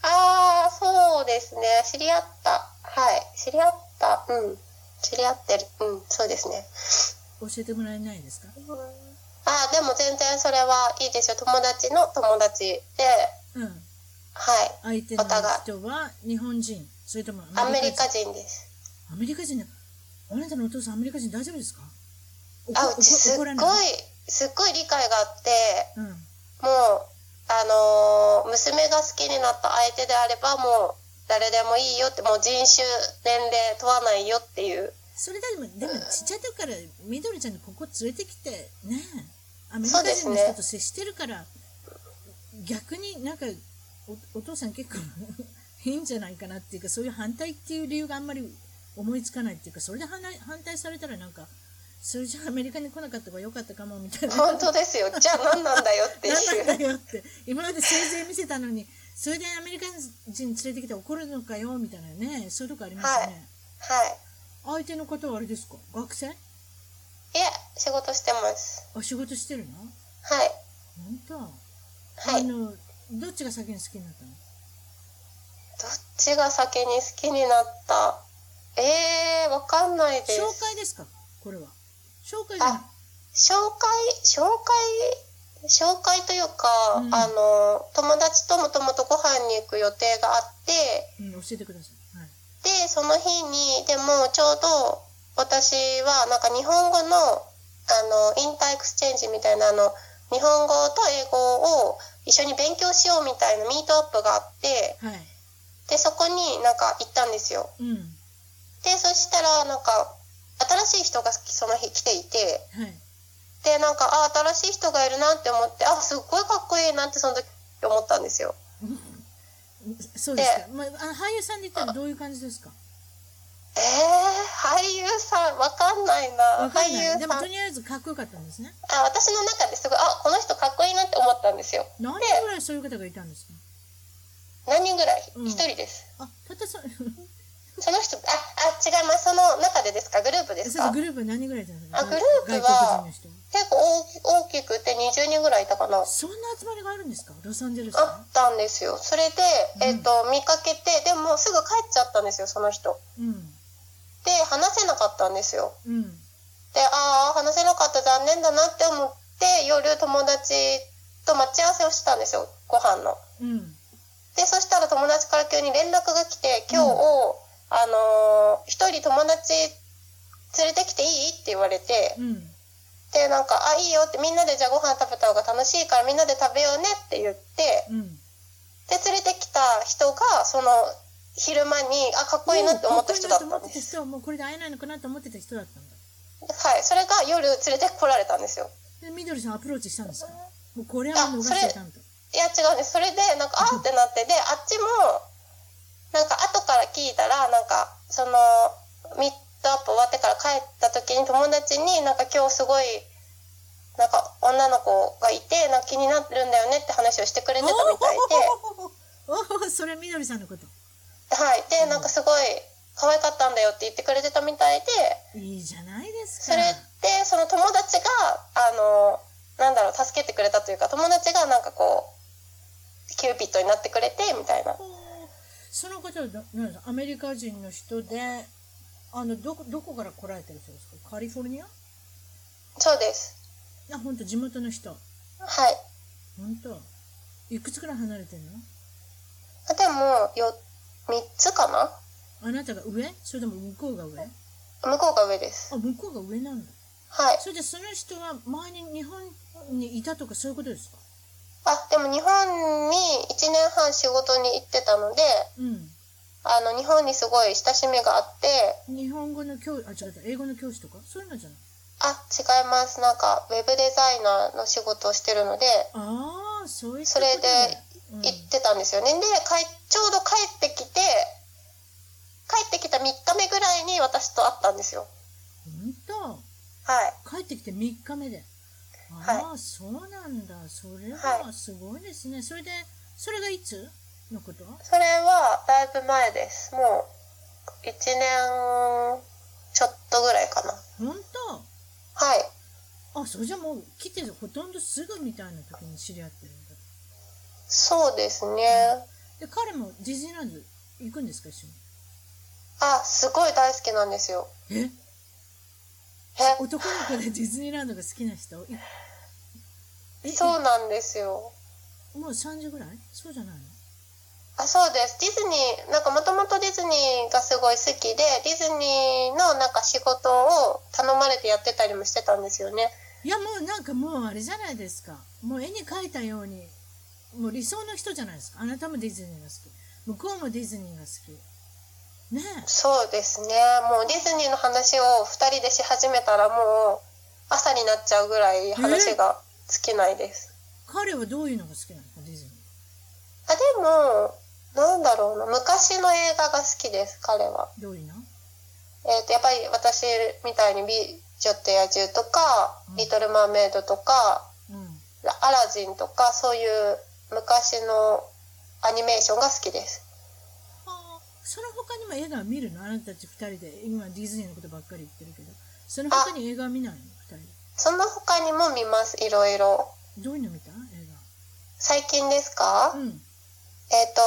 ああそうですね知り合ったはい知り合ったうん知り合ってるうんそうですね教えてもらえないですかあーでも全然それはいいですよ友達の友達でうんはい相手の人は日本人それともアアメメリリカカ人人ですアメリカ人なあなたのお父さんアメリカ人大丈夫ですか 怒あうちすっごいすっごい理解があってうんもうあのー娘が好きになった相手であればもう誰でもいいよってもう人種年齢問わないよっていう それだでもでもちっちゃい時からみどりちゃんにここ連れてきてねアメリカ人の人と接してるから、逆になんかおお父さん結構変じゃないかなっていうかそういう反対っていう理由があんまり思いつかないっていうかそれで反対反対されたらなんかそれじゃアメリカに来なかった方が良かったかもみたいな本当ですよじゃあ何なんだよっていう何なんだよって今まで生前見せたのにそれでアメリカ人連れてきて怒るのかよみたいなねそういうとこありますよね、はい相手の方はあれですか学生いえ仕事してますあ仕事してるのはい本当、はいあどっのどっちが先に好きになったのちが先に好きになったえー、わかんないで紹す介ですかこれは紹介じゃないあ紹介紹介紹介というか、うんあの友達ともともとご飯に行く予定があってうん、教えてください、はい、でその日にでもちょうど私はなんか日本語のあのインターエクスチェンジみたいなあの日本語と英語を一緒に勉強しようみたいなミートアップがあってはいでそこになんか行ったんですよ。うんでそしたらなんか新しい人がその日来ていてはい でなんかあ新しい人がいるなって思ってあすっごいかっこいいなってその時思ったんですよ。そうですか、まあ、あ俳優さんで言ったらどういう感じですかえー、俳優さんわかんないなわかん俳優ないでもさんとりあえずかっこよかったんですねあ私の中ですごいあこの人かっこいいなって思ったんですよ何人ぐらいそういう方がいたんですか何人ぐらいうん一人です、あたったそその人ああ違いますその中でですかグループですそうかグ結ループ何人ぐらいいたんですかあグループ外は国人の人構大き大きくて20人ぐらいいたかなそんな集まりがあるんですかロサンゼルスにあったんですよそれで、えっと見かけてでもすぐ帰っちゃったんですよその人うんで話せなかったんですようんでああ話せなかった残念だなって思って夜友達と待ち合わせをしたんですよご飯のうんでそしたら友達から急に連絡が来て「今日、うんあのー一人友達連れてきていい?」って言われてうんでなんか「あいいよ」って「みんなでじゃあご飯食べた方が楽しいからみんなで食べようね」って言ってうんで連れてきた人がその昼間にあかっこいいなって思った人だっもうんここたにいると思っでてたす人はもうこれで会えないのかなと思ってた人だったんだはいそれが夜連れてこられたんですよでみどりさんアプローチしたんですかもうこれは逃してたんだいや違うんですそれでなんかあーってなってであっちもなんか後から聞いたらなんかそのミットアップ終わってから帰った時に友達になんか今日すごいなんか女の子がいてなんか気になってるんだよねって話をしてくれてたみたいで、おーそれみどりさんのことはい、でなんかすごい可愛かったんだよって言ってくれてたみたいでいいじゃないですそかれでその友達があのなんだろう助けてくれたというか友達がなんかこうキューピッドになってくれてみたいな。おーその方はななんですかアメリカ人の人であのどこどこから来られてる人ですかカリフォルニアそうですあ本当地元の人はい本当いくつくらい離れてるのあでもよ3つかなあなたが上それとも向こうが上あ向こうが上です向こうが上なんだはいそれでその人は前に日本にいたとかそういうことですかあでも日本に1年半仕事に行ってたのでうんあの日本にすごい親しみがあって日本語の教あ違った英語の教師とかそういうのじゃないあ違いますなんかウェブデザイナーの仕事をしてるのでああそういうことそれでうん行ってたんですよね、でかいちょうど帰ってきて帰ってきた3日目ぐらいに私と会ったんですよ本はい当帰ってきて3日目でああ、そうなんだそれははすごいですね、それでそれがいつのことそれはだいぶ前ですもう1年ちょっとぐらいかな本はい当あそれじゃもう来てほとんどすぐみたいな時に知り合ってるんだそうですねで彼もディズニーランド行くんですか一緒にあすごい大好きなんですよええ男の子でディズニーランドが好きな人いえそうなんですよえもう30ぐらいそうじゃないのあそうですディズニーなんかもともとディズニーがすごい好きでディズニーのなんか仕事を頼まれてやってたりもしてたんですよねいやもうなんかもうあれじゃないですかもう絵に描いたようにもう理想の人じゃないですかあなたもディズニーが好き向こうもディズニーが好きねそうですねもうディズニーの話を2人でし始めたらもう朝になっちゃうぐらい話が尽きないですえ彼はどういうのが好きなのかディズニあでもなんだろうな昔の映画が好きです彼はーどういうのえー、とやっぱり私みたいに「美女と野獣」とかうん「リトル・マーメイド」とかうん「アラジン」とかそういう昔のアニメーションが好きですあーその他にも映画は見るのあなたたち2人で今ディズニーのことばっかり言ってるけどその他に映画は見ないの2人その他にも見ますいろいろどういうの見た映最近ですか、画うんえっ、と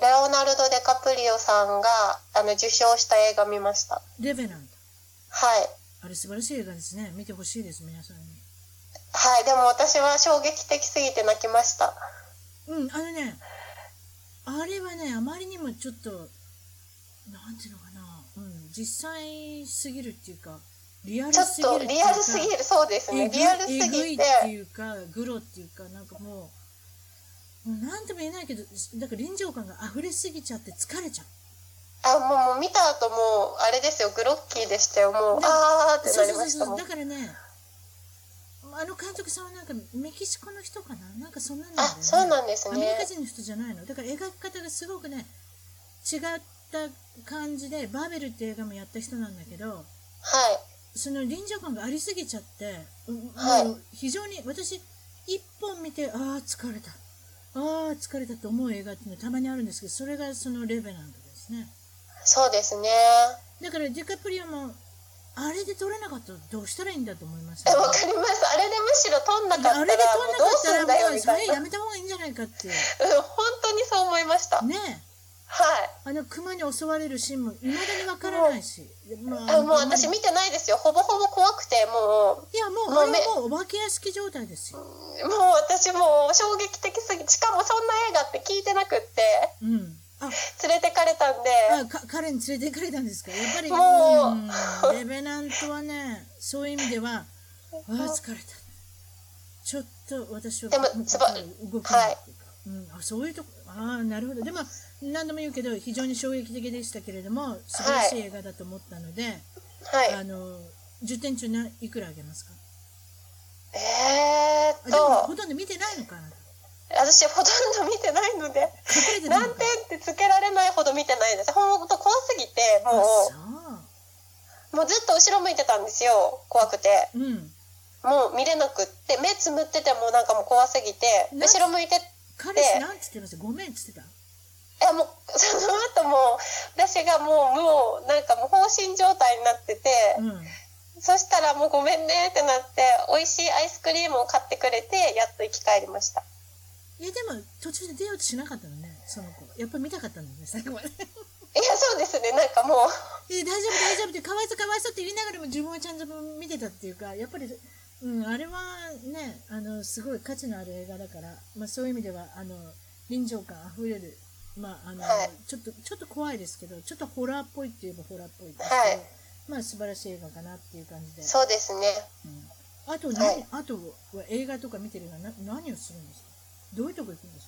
レオナルド・デカプリオさんがあの受賞した映画見ましたレベナントはいあれ素晴らしい映画ですね見てほしいです皆さんにはいでも私は衝撃的すぎて泣きましたうん、あのね、あれはね、あまりにもちょっと、なんていうのかな、うん、実際すぎるっていうか、リアルちょすぎるっとっていうか、リアルすぎるそうですえねぐいリアルすぎえぐいてっていうか、グロっていうか、なんかもう、もうなんとも言えないけど、なんか臨場感が溢れすぎちゃって疲れちゃう。あもうもう見た後もうあれですよグロッキーでしたよもうねあーってそなうそうそりまうしたそもう、んだからね、あの監督さんはなんかメキシコの人かな、なんかそんなのあそうなんですアメリカね人の人じゃないのだから描き方がすごくね違った感じでバーベルって映画もやった人なんだけどはいその臨場感がありすぎちゃって、うんはいもう非常に私一本見てああ疲れたああ疲れたと思う映画っていうのたまにあるんですけどそれがそのレベナントですねそうですねだからディカプリオもあれで撮れなかったらどうしたらいいんだと思いますえよわかりますあれでむしろ撮んなかったらあもれうでどう撮すらなかんったらだよもうみそたれいなやうんめた方がいいんじゃないかっていう本当にそう思いましたはいねえあの熊に襲われるシーンもいまだにわからないし、まあもうい私見てないですよほぼほぼ怖くてもうやもうもあうれめはもうお化け屋敷状態ですよ。もう私もう衝撃的すぎしかもそんな映画って聞いてなくってうん。あ、連れてかれたんであか彼に連れて行かれたんですか。やっぱりもうんレベナントはね、そういう意味では、あー疲れた。ちょっと私はでもつば動かないっていうか。うん、あそういうとこああなるほどでも何度も言うけど非常に衝撃的でしたけれども素晴らしい映画だと思ったので、はいあの10点中何いくらあげますかえーあっでもほととんど見てないのかな私ほとんど見てないので隠れてたの何か点ってつけられないほど見てないですほんと怖すぎてあもそうもうずっと後ろ向いてたんですよ怖くてううんもう見れなくって目つむっててもなんかもう怖すぎてな後ろ向いて彼氏なんつってましたごめんっつってたいやもう その後も私がもうもうなんかもう放心状態になってて、うんそしたらもうごめんねってなって美味しいアイスクリームを買ってくれてやっと生き返りましたいやでも途中で出ようとしなかったのねその子やっぱり見たかったんだよね最後まで いやそうですねなんかもうえ大丈夫大丈夫ってかわいそうかわいそうって言いながらも自分はちゃんと見てたっていうかやっぱり、うん、あれはねあのすごい価値のある映画だから、まあ、そういう意味ではあの臨場感あふれる、まああのはいちょっとちょっと怖いですけどちょっとホラーっぽいって言えばホラーっぽいですけど、はいまあ素晴らしい映画かなっていう感じで、そうですねうん、あと何、はいあとは映画とか見てるのはな何をするんですかどういうとこ行くんです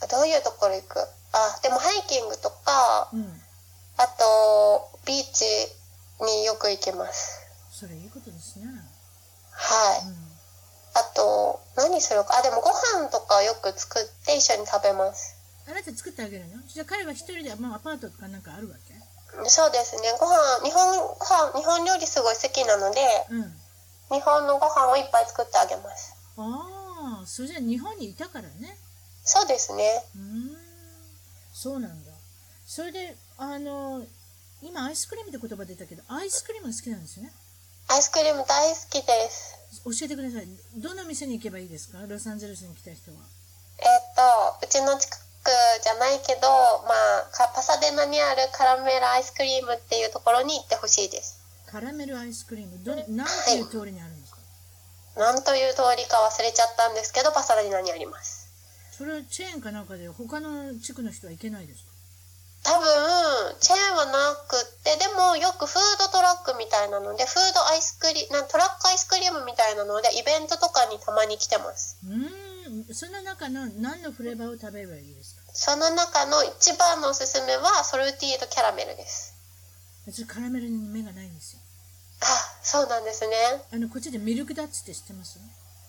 かどういうところ行くあでもハイキングとかうんあとビーチによく行きますそれいいことですね、はいうん、あと何するかあでもご飯とかよく作って一緒に食べますあなた作ってあげるのじゃあ彼は一人でもうアパートとかなんかあるわけそうですねご飯日本ご飯日本料理すごい好きなのでうん日本のご飯をいっぱい作ってあげますああそれじゃあ日本にいたからねそうですねうーんそうなんだそれであの今アイスクリームって言葉出たけどアイスクリームが好きなんですよねアイスクリーム大好きです教えてくださいどの店に行けばいいですかロサンゼルスに来た人はえっ、とうちの近くじゃないけど、まあ、かパサデナにあるカラメルアイスクリームっていうところに行ってほしいですカラメルアイスクリームど何ていう通りにあるんですかなんという通りか忘れちゃったんですけどパサデナにありますそれはチェーンかなんかで他の地区の人は行けないですか多分チェーンはなくってでもよくフードトラックみたいなのでフードアイスクリなんトラックアイスクリームみたいなのでイベントとかにたまに来てますうーんその中の何のフレーバーを食べればいいですかその中の一番のおすすめはソルティードキャラメルです私カラメルに目がないんですよあそうなんですねあのこっちでミルクダッツって知ってます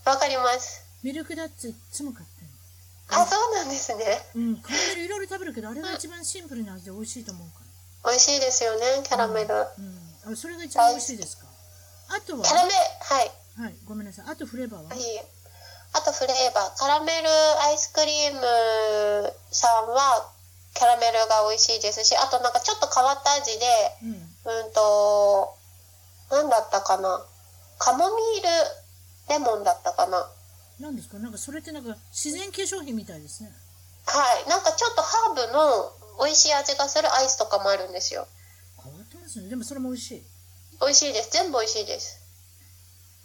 わかりますミルクダッツいつも買ってるあそうなんですねうん、カラメルいろいろ食べるけどあれが一番シンプルな味で美味しいと思うか美味しいですよねキャラメルキャら、うん、あそれが一番美味しいですかあとはラメははいいごめんなさいあとフレーバーは、はいあとフレーバーカラメルアイスクリームさんはキャラメルが美味しいですしあとなんかちょっと変わった味でうんうんと、なんだったかな。カモミールレモンだったかな。はなんですかなんかそれってなんか自然化粧品みたいですねい。なんかちょっとハーブの美味しい味がするアイスとかもあるんですよ。変わってますねでもそれも美味しい美味しいです。全部美味しいです。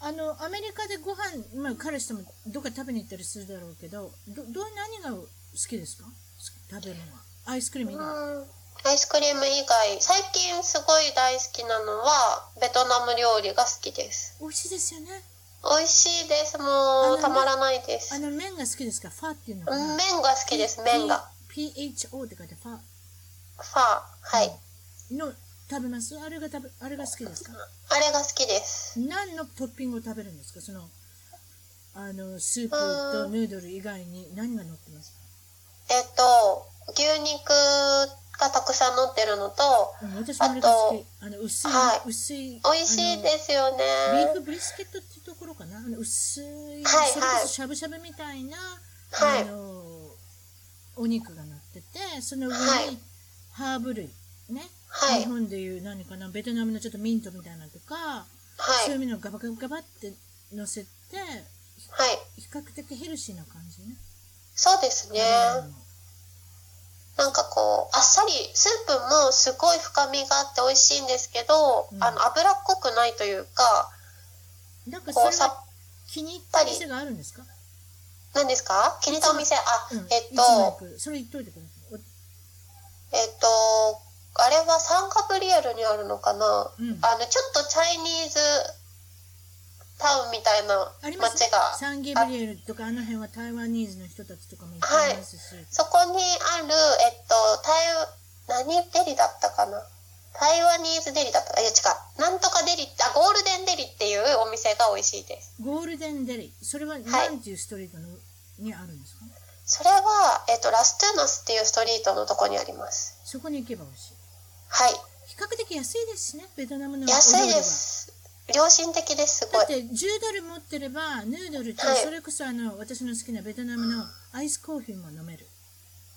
あのアメリカでご飯、まあ、彼氏ともどっか食べに行ったりするだろうけどどどう何が好きですか食べるのはアイスクリームう以ん。外、アイスクリーム以外、最近すごい大好きなのは、ベトナム料理が好きです。美味しいですよね美味しいです。もあのう、たまらないであす。の麺が好きですかファーっていうのうかんな麺が好きです。麺が。 P- PHO って書いてファーファー。はい。の食べますあれが食べあれが好きですかあれが好きです。何のトッピングを食べるんですかそのあのスープとヌードル以外に何が乗ってますえっと、牛肉がたくさん乗ってるのと、か、うん、私もあれが好きあの薄い、はい薄い美味しいですよね。あのビーフブリスケットっていうところかなあの薄い、はいそれこそしゃぶしゃぶみたいな、はいあのお肉が乗っててその上にはいハーブ類ね、はい日本でいう何かなベトナムのちょっとミントみたいなのとか、はいそういうのをガバガバガバって乗せてはい。比較的ヘルシーな感じね。そうですね。なんかこう、あっさり、スープもすごい深みがあって美味しいんですけど、うんあの、脂っこくないというか、うんなんかそれこうはさ、気に入った店があるんですか？何ですか気に入ったお店、あうん、、えっいつも行と、くそれ言っといてください。えっと、あれはサンカブリエルにあるのかうな、んあの、ちょっとチャイニーズタウンみたいなおありますね街が。。サンゲブリエルとかあの辺は台湾ニーズの人たちとかもいっぱいいますし、そこにある、えっと、台、何デリだったかな台湾ニーズデリだったかいや違う。なんとかデリって、あ、ゴールデンデリっていうお店が美味しいです。ゴールデンデリそれはなんていうストリートの、にあるんですか？それは、えっと、ラストゥーナスっていうストリートのとこにあります。そこに行けば美味しい。はい。比較的安いですしねベトナムのお料理は安いで。す。良心的です、すだごいっ。て10ドル持ってればヌードルとはいそれこそあの私の好きなベトナムのアイスコーヒーも飲める。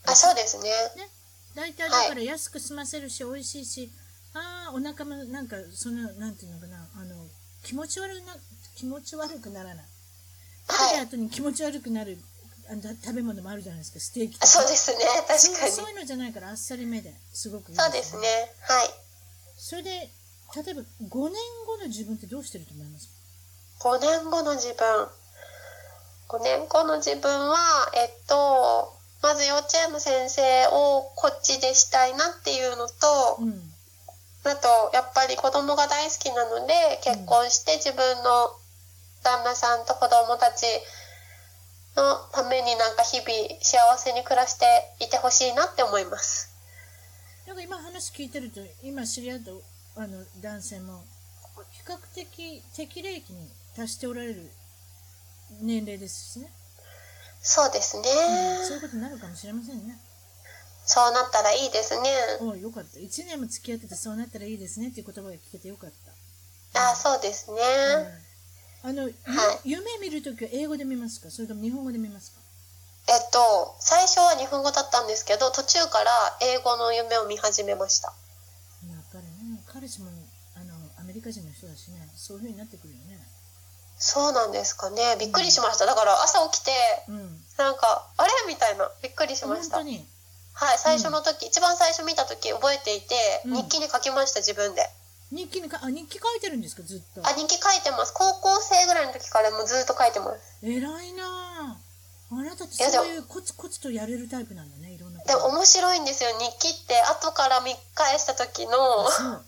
あ、そうですね。ね、大体はだいから安く済ませるし、美味しいし、ああ、お腹もなんか、そんな、なんていうのかな、あの、気持ち悪な、気持ち悪くならない。食べはいた後に気持ち悪くなるあのた食べ物もあるじゃないですかステーキとかそうですね確かにそうそういうのじゃないからあっさりめですごくいいそうですねはいそれで例えば5年後の自分ってどうしてると思いますか5年後の自分5年後の自分はえっとまず幼稚園の先生をこっちでしたいなっていうのと、うんあとやっぱり子供が大好きなので結婚して自分の旦那さんと子供たちのためになんか日々幸せに暮らしていてほしいなって思います。なんか今話聞いてると今知り合ったあの男性も比較的適齢期に達しておられる年齢ですしね、そうですね。うんそういうことになるかもしれませんねそうなったらいいですね。およかった1年も付き合っててそうなったらいいですねっていう言葉が聞けてよかったあ、そうですうね。んあの、ゆはい夢見るときは英語で見ますかそれとも日本語で見ますかえっと最初は日本語だったんですけど途中から英語の夢を見始めました。やっぱりね彼氏もあのアメリカ人の人だしねそういうふうになってくるよねそうなんですかね。びっくりしました。だから朝起きてうんなんかあれみたいなびっくりしま本した当。にはい、最初の時、一番最初見た時覚えていて、うん日記に書きました自分で日記にかあ日記書いてるんですかずっとあ日記書いてます高校生ぐらいの時からもうずっと書いてます偉いなああなたっていやでもそういうコツコツとやれるタイプなんだねいろんなことでも面白いんですよ日記って後から見返した時の そう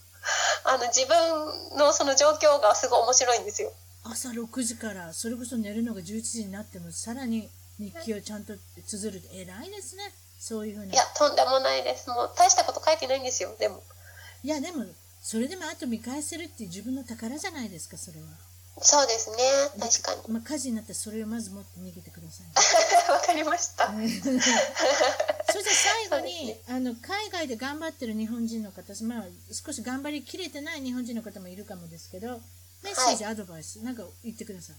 あの自分のその状況がすごい面白いんですよ朝6時からそれこそ寝るのが11時になってもさらに日記をちゃんと綴るって偉いですねそういうふうないやとんでもないですもう大したこと書いてないんですよでもいやでもそれでもあと見返せるって自分の宝じゃないですかそれはそうですね確かに まあ、火事になったらそれをまず持って逃げてください、わかりました、ね、そして最後そうに、であの海外で頑張ってる日本人の方、まあ、少し頑張りきれてない日本人の方もいるかもですけどメッセージ、アドバイスなんか言ってください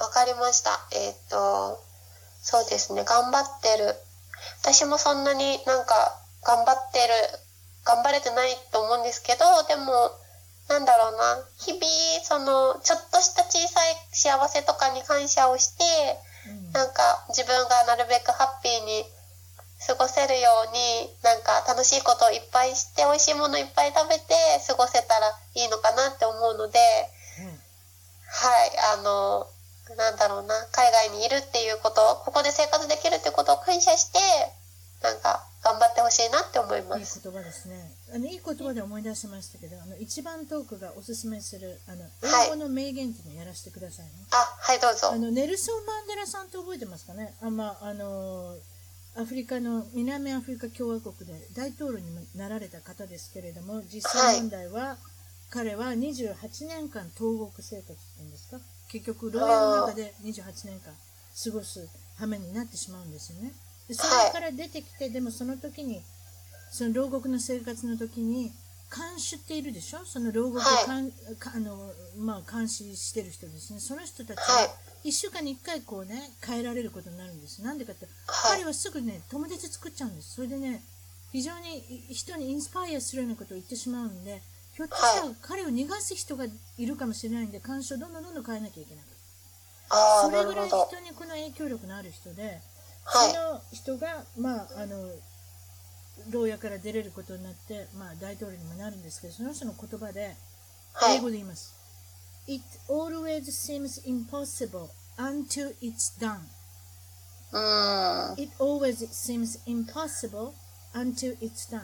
わかりました。えーっと、そうですね、頑張ってる。私もそんなになんか頑張ってる、頑張れてないと思うんですけど、でも、なんだろうな、日々、その、ちょっとした小さい幸せとかに感謝をして、うんなんか自分がなるべくハッピーに過ごせるように、なんか楽しいことをいっぱいして、美味しいものいっぱい食べて過ごせたらいいのかなって思うので、はい、あの、なんだろうな、海外にいるっていうこと、ここで生活できるっていうことを感謝して、なんか、頑張ってほしいなって思いまいいす。言葉ですねあのいい言葉で思い出しましたけどあの一番トークがおすすめするあの英語の名言っていうのをやらせてくださいね、あ、はい、どうぞあ。のネルソン・マンデラさんって覚えてますかねあ、まああのアフリカの南アフリカ共和国で大統領にもなられた方ですけれども実際問題は、彼は28年間投獄生活っていうんですか結局牢屋の中で28年間過ごす羽目になってしまうんですよね。でそれから出てきて、でもその時にその牢獄の生活の時に監視っているでしょその牢獄をはいかんかあの、まあ、監視してる人ですねその人たちはいは1週間に1回こうね帰られることになるんですなんでかってはい彼はすぐね友達作っちゃうんですそれでね非常にい人にインスパイアするようなことを言ってしまうんでひょっとしたら彼を逃がす人がいるかもしれないんで監視をどんどんどんどん変えなきゃいけないああ、そなれるぐらほいど。人はにこの影響力のある人で。い。その人が、まあ、あの牢屋から出れることになって、まあ、大統領にもなるんですけどその人の言葉では英い。語で言います。It always seems impossible until it's done. うーん。 It always seems impossible until it's done.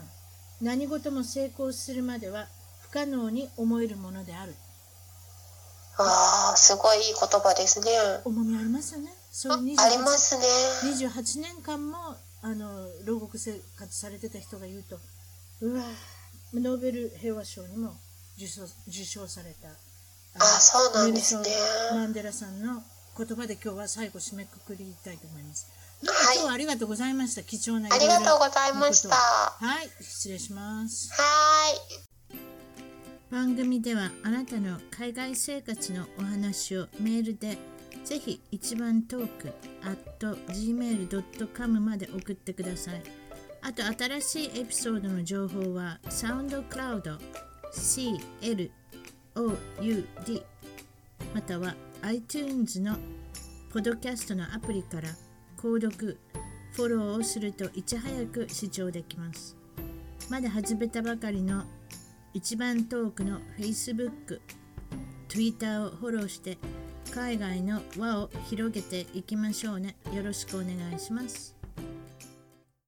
何事も成功するまでは不可能に思えるものである。ああ、すごいいい言葉ですね。重みありますよね。そういう28ありますね。 28年間もあの牢獄生活されてた人が言うとうわーノーベル平和賞にも受賞受賞されたあーそうなんですねネルソンマンデラさんの言葉で今日は最後締めくくりたいと思います。どうもはい今日はありがとうございました。貴重なありがとうございましいろいろなた。こはとをはい、失礼します。ーい。番組ではあなたの海外生活のお話をメールでぜひ一番トーク at gmail.com まで送ってくださいあと新しいエピソードの情報はサウンドクラウド CLOUD または iTunes のポッドキャストのアプリから購読フォローをするといち早く視聴できますまだ始めたばかりの一番遠くの Facebook、Twitter をフォローして海外の輪を広げていきましょうねよろしくお願いします